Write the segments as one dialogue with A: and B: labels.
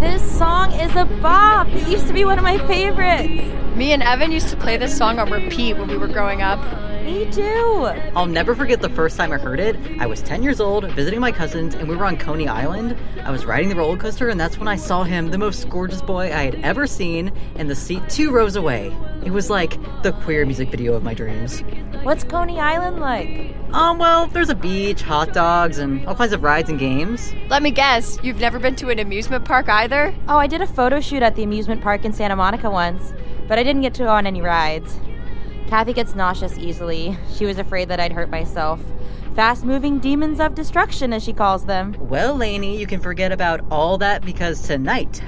A: This song is a bop. It used to be one of my favorites.
B: Me and Evan used to play this song on repeat when we were growing up.
A: Me too.
C: I'll never forget the first time I heard it. I was 10 years old, visiting my cousins, and we were on Coney Island. I was riding the roller coaster, and that's when I saw him, the most gorgeous boy I had ever seen, in the seat two rows away. It was like the queer music video of my dreams.
A: What's Coney Island like?
C: Um, well, there's a beach, hot dogs, and all kinds of rides and games.
B: Let me guess, you've never been to an amusement park either?
A: Oh, I did a photo shoot at the amusement park in Santa Monica once, but I didn't get to go on any rides. Kathy gets nauseous easily. She was afraid that I'd hurt myself. Fast moving demons of destruction, as she calls them.
C: Well, Lainey, you can forget about all that because tonight,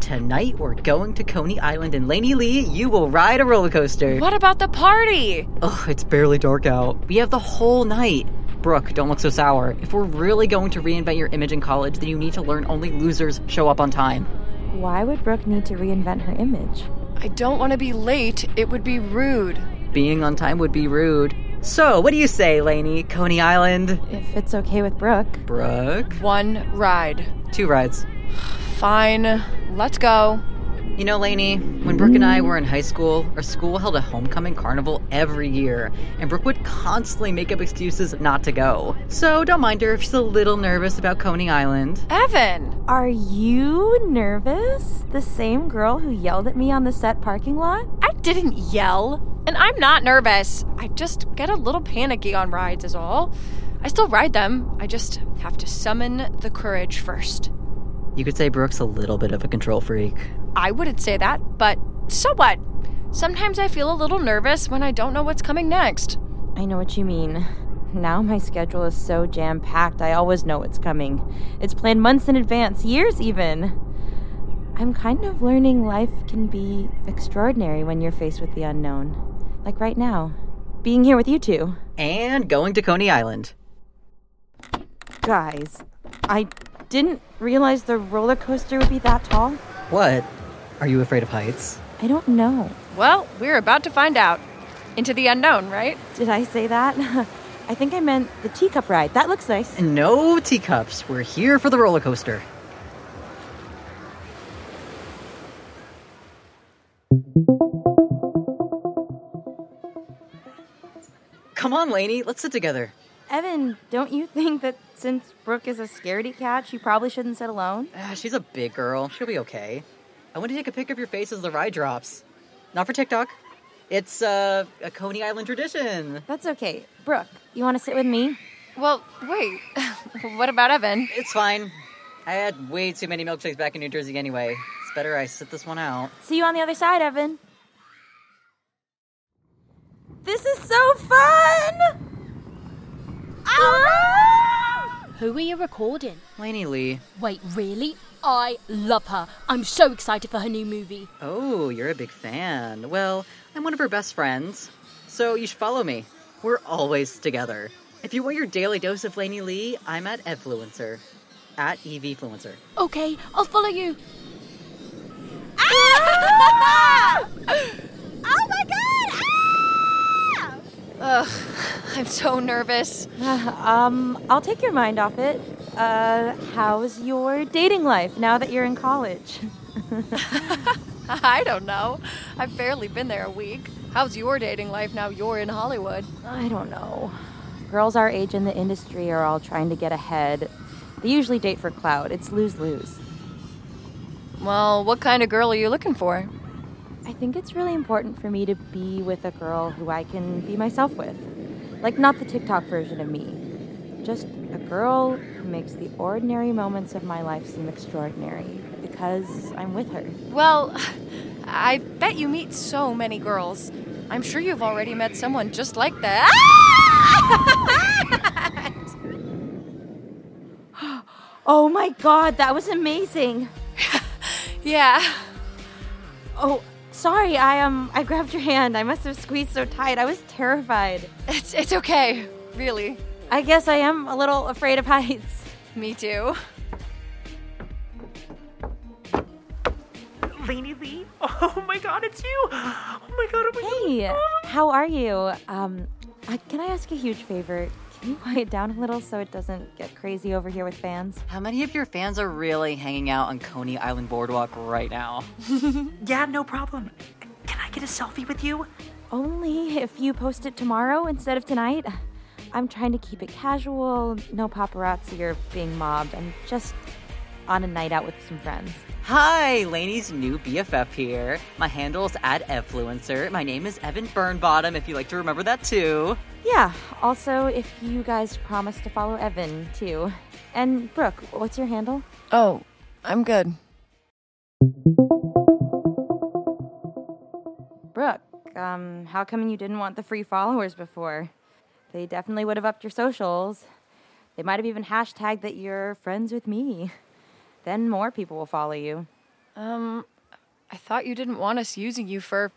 C: tonight we're going to Coney Island, and Lainey Lee, you will ride a roller coaster.
B: What about the party?
C: Ugh, it's barely dark out. We have the whole night. Brooke, don't look so sour. If we're really going to reinvent your image in college, then you need to learn only losers show up on time.
A: Why would Brooke need to reinvent her image?
B: I don't want to be late, it would be rude.
C: Being on time would be rude. So, what do you say, Lainey? Coney Island?
A: If it's okay with Brooke.
C: Brooke?
B: One ride.
C: Two rides.
B: Fine, let's go.
C: You know, Lainey, when Brooke and I were in high school, our school held a homecoming carnival every year, and Brooke would constantly make up excuses not to go. So don't mind her if she's a little nervous about Coney Island.
B: Evan!
A: Are you nervous? The same girl who yelled at me on the set parking lot?
B: I didn't yell, and I'm not nervous. I just get a little panicky on rides, is all. I still ride them, I just have to summon the courage first.
C: You could say Brooke's a little bit of a control freak.
B: I wouldn't say that, but so what? Sometimes I feel a little nervous when I don't know what's coming next.
A: I know what you mean. Now my schedule is so jam packed, I always know what's coming. It's planned months in advance, years even. I'm kind of learning life can be extraordinary when you're faced with the unknown. Like right now, being here with you two.
C: And going to Coney Island.
A: Guys, I didn't realize the roller coaster would be that tall.
C: What? Are you afraid of heights?
A: I don't know.
B: Well, we're about to find out. Into the unknown, right?
A: Did I say that? I think I meant the teacup ride. That looks nice.
C: No teacups. We're here for the roller coaster. Come on, Lainey, let's sit together.
A: Evan, don't you think that since Brooke is a scaredy cat, she probably shouldn't sit alone?
C: Ah, she's a big girl. She'll be okay. I want to take a pic of your face as the ride drops. Not for TikTok. It's uh, a Coney Island tradition.
A: That's okay. Brooke, you want to sit with me?
B: Well, wait. what about Evan?
C: It's fine. I had way too many milkshakes back in New Jersey anyway. It's better I sit this one out.
A: See you on the other side, Evan. This is so fun! Ah!
D: Who are you recording?
C: Lainey Lee.
D: Wait, really? I love her. I'm so excited for her new movie.
C: Oh, you're a big fan. Well, I'm one of her best friends, so you should follow me. We're always together. If you want your daily dose of Lainey Lee, I'm at Evfluencer. At E EVFluencer.
D: Okay, I'll follow you.
A: Oh my god!
B: Ugh, I'm so nervous.
A: Um, I'll take your mind off it. Uh, how's your dating life now that you're in college?
B: I don't know. I've barely been there a week. How's your dating life now you're in Hollywood?
A: I don't know. Girls our age in the industry are all trying to get ahead. They usually date for clout. It's lose lose.
B: Well, what kind of girl are you looking for?
A: I think it's really important for me to be with a girl who I can be myself with. Like, not the TikTok version of me. Just a girl who makes the ordinary moments of my life seem extraordinary because I'm with her.
B: Well, I bet you meet so many girls. I'm sure you've already met someone just like that.
A: Oh my god, that was amazing.
B: Yeah.
A: Oh, sorry. I um I grabbed your hand. I must have squeezed so tight. I was terrified.
B: It's it's okay. Really.
A: I guess I am a little afraid of heights.
B: Me too.
E: Lainey Lee? Oh my god, it's you! Oh my god, oh my
A: Hey, how are you? Um uh, can I ask a huge favor? Can you quiet down a little so it doesn't get crazy over here with fans?
C: How many of your fans are really hanging out on Coney Island Boardwalk right now?
E: god. Yeah, no problem. Can I get a selfie with you?
A: Only if you post it tomorrow instead of tonight. I'm trying to keep it casual, no paparazzi or being mobbed. I'm just on a night out with some friends.
C: Hi, Laney's new BFF here. My handle's at Effluencer. My name is Evan Burnbottom, if you like to remember that too.
A: Yeah, also if you guys promise to follow Evan too. And Brooke, what's your handle?
F: Oh, I'm good.
A: Brooke, um, how come you didn't want the free followers before? They definitely would have upped your socials. They might have even hashtagged that you're friends with me. Then more people will follow you.
B: Um I thought you didn't want us using you for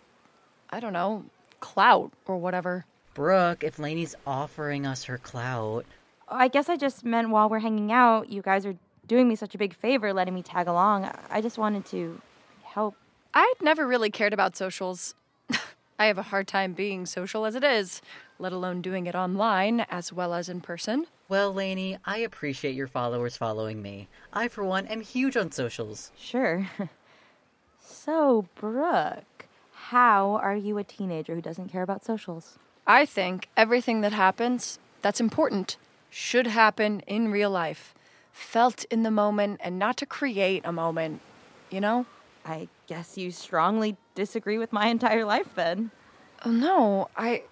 B: I don't know, clout or whatever.
C: Brooke, if Laney's offering us her clout,
A: I guess I just meant while we're hanging out, you guys are doing me such a big favor letting me tag along. I just wanted to help.
B: I'd never really cared about socials. I have a hard time being social as it is, let alone doing it online as well as in person.
C: well, Laney, I appreciate your followers following me. I, for one, am huge on socials.
A: Sure. so, Brooke, how are you a teenager who doesn't care about socials?
B: I think everything that happens that's important should happen in real life, felt in the moment and not to create a moment, you know?
A: I guess you strongly disagree with my entire life then.
B: Oh no, I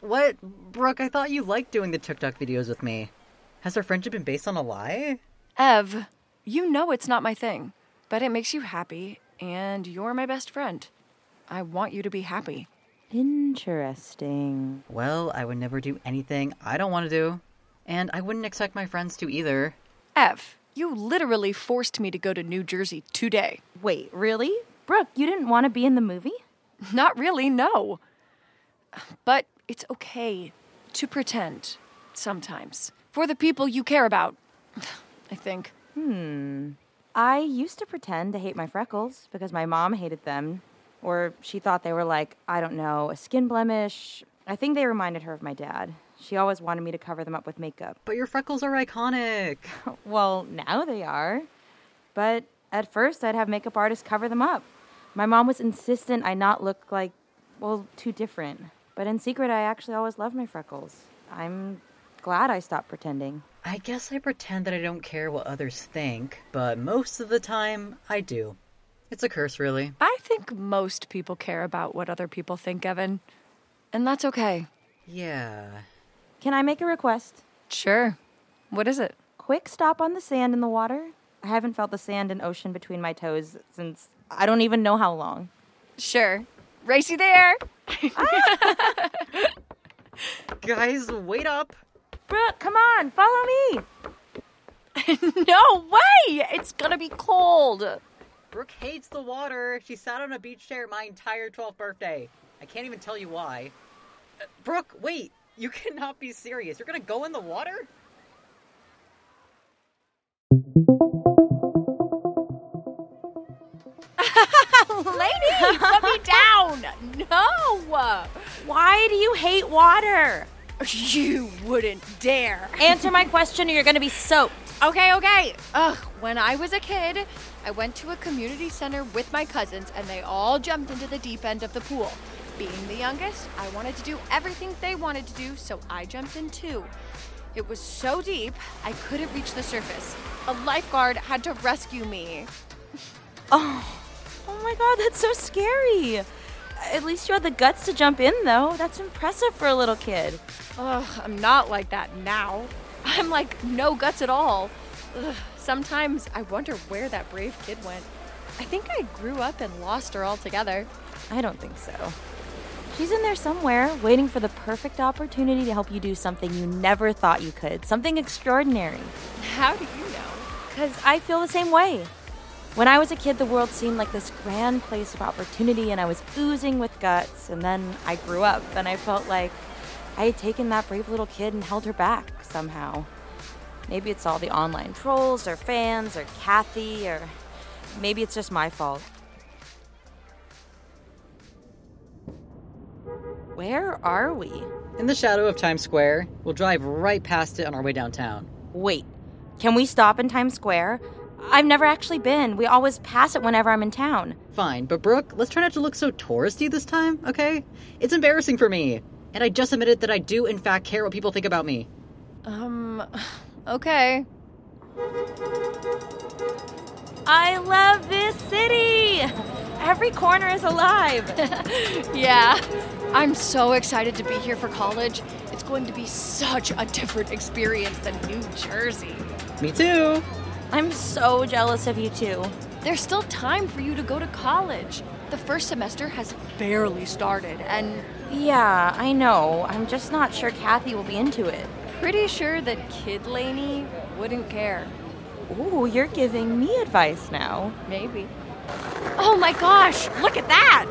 C: What? Brooke, I thought you liked doing the TikTok videos with me. Has our friendship been based on a lie?
B: Ev, you know it's not my thing, but it makes you happy and you're my best friend. I want you to be happy.
A: Interesting.
C: Well, I would never do anything I don't want to do. And I wouldn't expect my friends to either.
B: Ev, you literally forced me to go to New Jersey today.
A: Wait, really? Brooke, you didn't want to be in the movie?
B: Not really, no. But it's okay to pretend sometimes for the people you care about, I think.
A: I used to pretend to hate my freckles because my mom hated them, or she thought they were like, I don't know, a skin blemish. I think they reminded her of my dad. She always wanted me to cover them up with makeup.
C: But your freckles are iconic.
A: Well, now they are. But at first, I'd have makeup artists cover them up. My mom was insistent I not look like, well, too different. But in secret, I actually always loved my freckles. I'm glad I stopped pretending.
C: I guess I pretend that I don't care what others think, but most of the time, I do. It's a curse, really.
B: I think most people care about what other people think, Evan. And that's okay.
C: Yeah.
A: Can I make a request?
B: Sure. What is it?
A: Quick stop on the sand in the water. I haven't felt the sand and ocean between my toes since I don't even know how long.
B: Sure. Racy there.
C: Guys, wait up!
A: Brooke, come on, follow me.
B: no way. It's going to be cold.
C: Brooke hates the water. She sat on a beach chair my entire 12th birthday. I can't even tell you why. Uh, Brooke, wait! You cannot be serious. You're gonna go in the water?
B: Lady, put me down. No.
A: Why do you hate water?
B: You wouldn't dare.
A: Answer my question or you're going to be soaked.
B: Okay, okay. Ugh, when I was a kid, I went to a community center with my cousins and they all jumped into the deep end of the pool. Being the youngest, I wanted to do everything they wanted to do, so I jumped in too. It was so deep, I couldn't reach the surface. A lifeguard had to rescue me.
A: Oh my god, that's so scary. At least you had the guts to jump in, though. That's impressive for a little kid.
B: Ugh, I'm not like that now. I'm like no guts at all. Ugh, sometimes I wonder where that brave kid went. I think I grew up and lost her altogether.
A: I don't think so. She's in there somewhere, waiting for the perfect opportunity to help you do something you never thought you could, something extraordinary.
B: How do you know? 'Cause
A: because I feel the same way. When I was a kid, the world seemed like this grand place of opportunity, and I was oozing with guts. And then I grew up, and I felt like I had taken that brave little kid and held her back somehow. Maybe it's all the online trolls, or fans, or Kathy, or maybe it's just my fault. Where are we?
C: In the shadow of Times Square, we'll drive right past it on our way downtown.
A: Wait, can we stop in Times Square? I've never actually been. We always pass it whenever I'm in town.
C: Fine, but Brooke, let's try not to look so touristy this time, okay? It's embarrassing for me. And I just admitted that I do, in fact, care what people think about me.
B: Um, okay.
A: I love this city! Every corner is alive.
B: Yeah. I'm so excited to be here for college. It's going to be such a different experience than New Jersey.
C: Me too.
A: I'm so jealous of you two.
B: There's still time for you to go to college. The first semester has barely started, and
A: Yeah, I know. I'm just not sure Kathy will be into it.
B: pretty sure that Kid Laney wouldn't care.
A: Ooh, you're giving me advice now.
B: Maybe. Oh my gosh, look at that!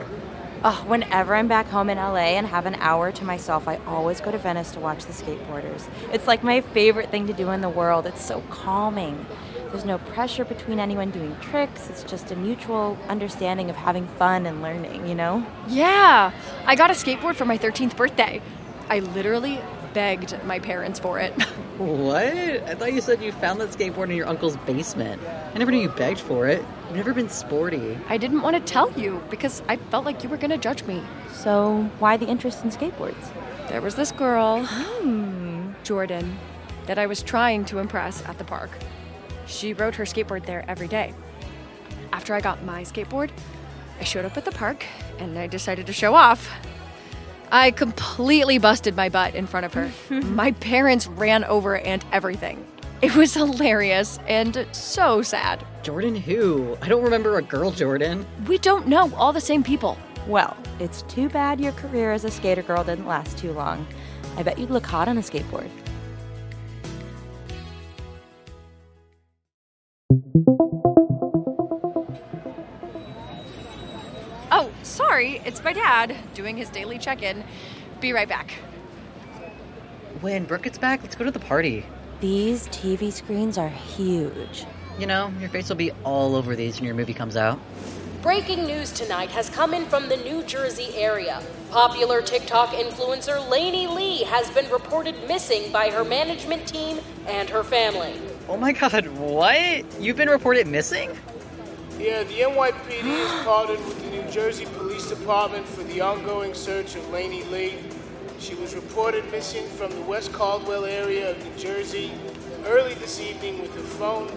A: Oh, whenever I'm back home in LA and have an hour to myself, I always go to Venice to watch the skateboarders. It's like my favorite thing to do in the world. It's so calming. There's no pressure between anyone doing tricks. It's just a mutual understanding of having fun and learning, you know?
B: Yeah, I got a skateboard for my 13th birthday. I literally begged my parents for it.
C: What? I thought you said you found that skateboard in your uncle's basement. I never knew you begged for it. You've never been sporty.
B: I didn't want to tell you because I felt like you were going to judge me.
A: So, why the interest in skateboards?
B: There was this girl, Hmm. Jordan, that I was trying to impress at the park. She rode her skateboard there every day. After I got my skateboard, I showed up at the park and I decided to show off. I completely busted my butt in front of her. my parents ran over and everything. It was hilarious and so sad.
C: Jordan who? I don't remember a girl Jordan.
B: We don't know all the same people.
A: Well, it's too bad your career as a skater girl didn't last too long. I bet you'd look hot on a skateboard.
B: Oh, sorry, it's my dad doing his daily check in. Be right back.
C: When Brooke gets back, let's go to the party.
A: These TV screens are huge.
C: You know, your face will be all over these when your movie comes out.
D: Breaking news tonight has come in from the New Jersey area. Popular TikTok influencer Lainey Lee has been reported missing by her management team and her family.
C: Oh my god, what? You've been reported missing?
G: Yeah, the NYPD has partnered with the New Jersey Police Department for the ongoing search of Lainey Lee. She was reported missing from the West Caldwell area of New Jersey early this evening with her phone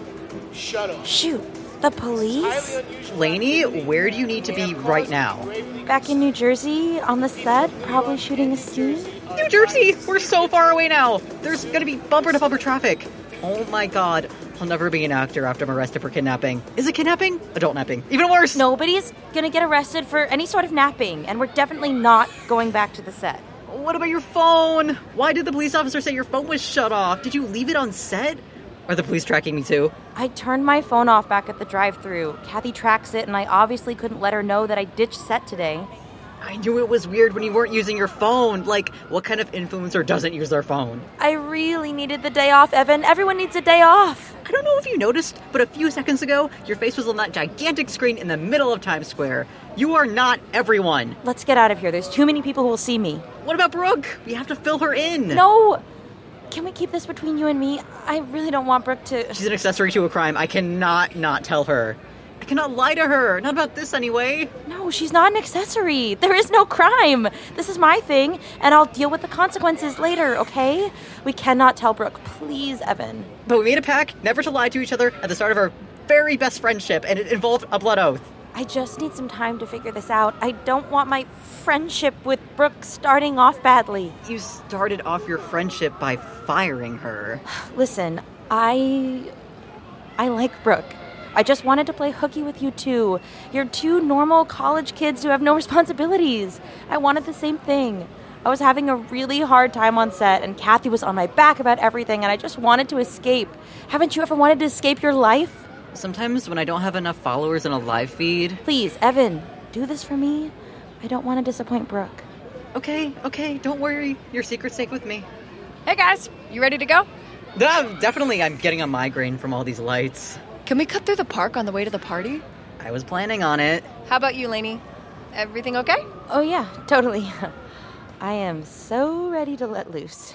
G: shut off.
A: Shoot, the police?
G: Highly unusual
C: Lainey,
G: activity.
C: where do you need to be right now?
A: Back in New Jersey, on the set, probably shooting a scene?
C: New Jersey, we're so far away now. There's gonna be bumper to bumper traffic. Oh my god, I'll never be an actor after I'm arrested for kidnapping. Is it kidnapping? Adult napping. Even worse.
A: Nobody's gonna get arrested for any sort of napping, and we're definitely not going back to the set.
C: What about your phone? Why did the police officer say your phone was shut off? Did you leave it on set? Are the police tracking me too?
A: I turned my phone off back at the drive through. Kathy tracks it, and I obviously couldn't let her know that I ditched set today.
C: I knew it was weird when you weren't using your phone. Like, what kind of influencer doesn't use their phone?
A: I really needed the day off, Evan. Everyone needs a day off.
C: I don't know if you noticed, but a few seconds ago, your face was on that gigantic screen in the middle of Times Square. You are not everyone.
A: Let's get out of here. There's too many people who will see me.
C: What about Brooke? We have to fill her in.
A: No! Can we keep this between you and me? I really don't want Brooke to.
C: She's an accessory to a crime. I cannot not tell her. I cannot lie to her. Not about this anyway.
A: No, she's not an accessory. There is no crime. This is my thing, and I'll deal with the consequences later, okay? We cannot tell Brooke. Please, Evan.
C: But we made a pact never to lie to each other at the start of our very best friendship, and it involved a blood oath.
A: I just need some time to figure this out. I don't want my friendship with Brooke starting off badly.
C: You started off your friendship by firing her.
A: Listen, I. I like Brooke. I just wanted to play hooky with you two. You're two normal college kids who have no responsibilities. I wanted the same thing. I was having a really hard time on set, and Kathy was on my back about everything, and I just wanted to escape. Haven't you ever wanted to escape your life?
C: Sometimes when I don't have enough followers in a live feed.
A: Please, Evan, do this for me. I don't want to disappoint Brooke.
C: Okay, okay, don't worry. Your secret's safe with me.
B: Hey guys, you ready to go?
C: Ah, definitely, I'm getting a migraine from all these lights.
B: Can we cut through the park on the way to the party?
C: I was planning on it.
B: How about you, Lainey? Everything okay?
A: Oh, yeah, totally. I am so ready to let loose.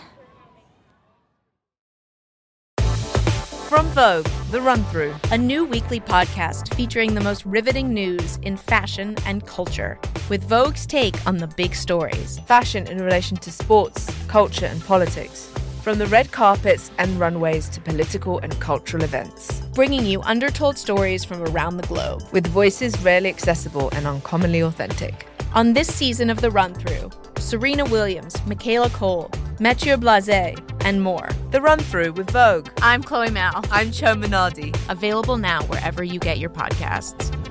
H: From Vogue, The Run Through.
I: a new weekly podcast featuring the most riveting news in fashion and culture, with Vogue's take on the big stories.
H: Fashion in relation to sports, culture, and politics. From the red carpets and runways to political and cultural events.
I: Bringing you undertold stories from around the globe.
H: With voices rarely accessible and uncommonly authentic.
I: On this season of The Run Through, Serena Williams, Michaela Cole, Mathieu Blase, and more.
H: The Run Through with Vogue.
I: I'm Chloe Mal.
H: I'm Cho Minardi.
I: Available now wherever you get your podcasts.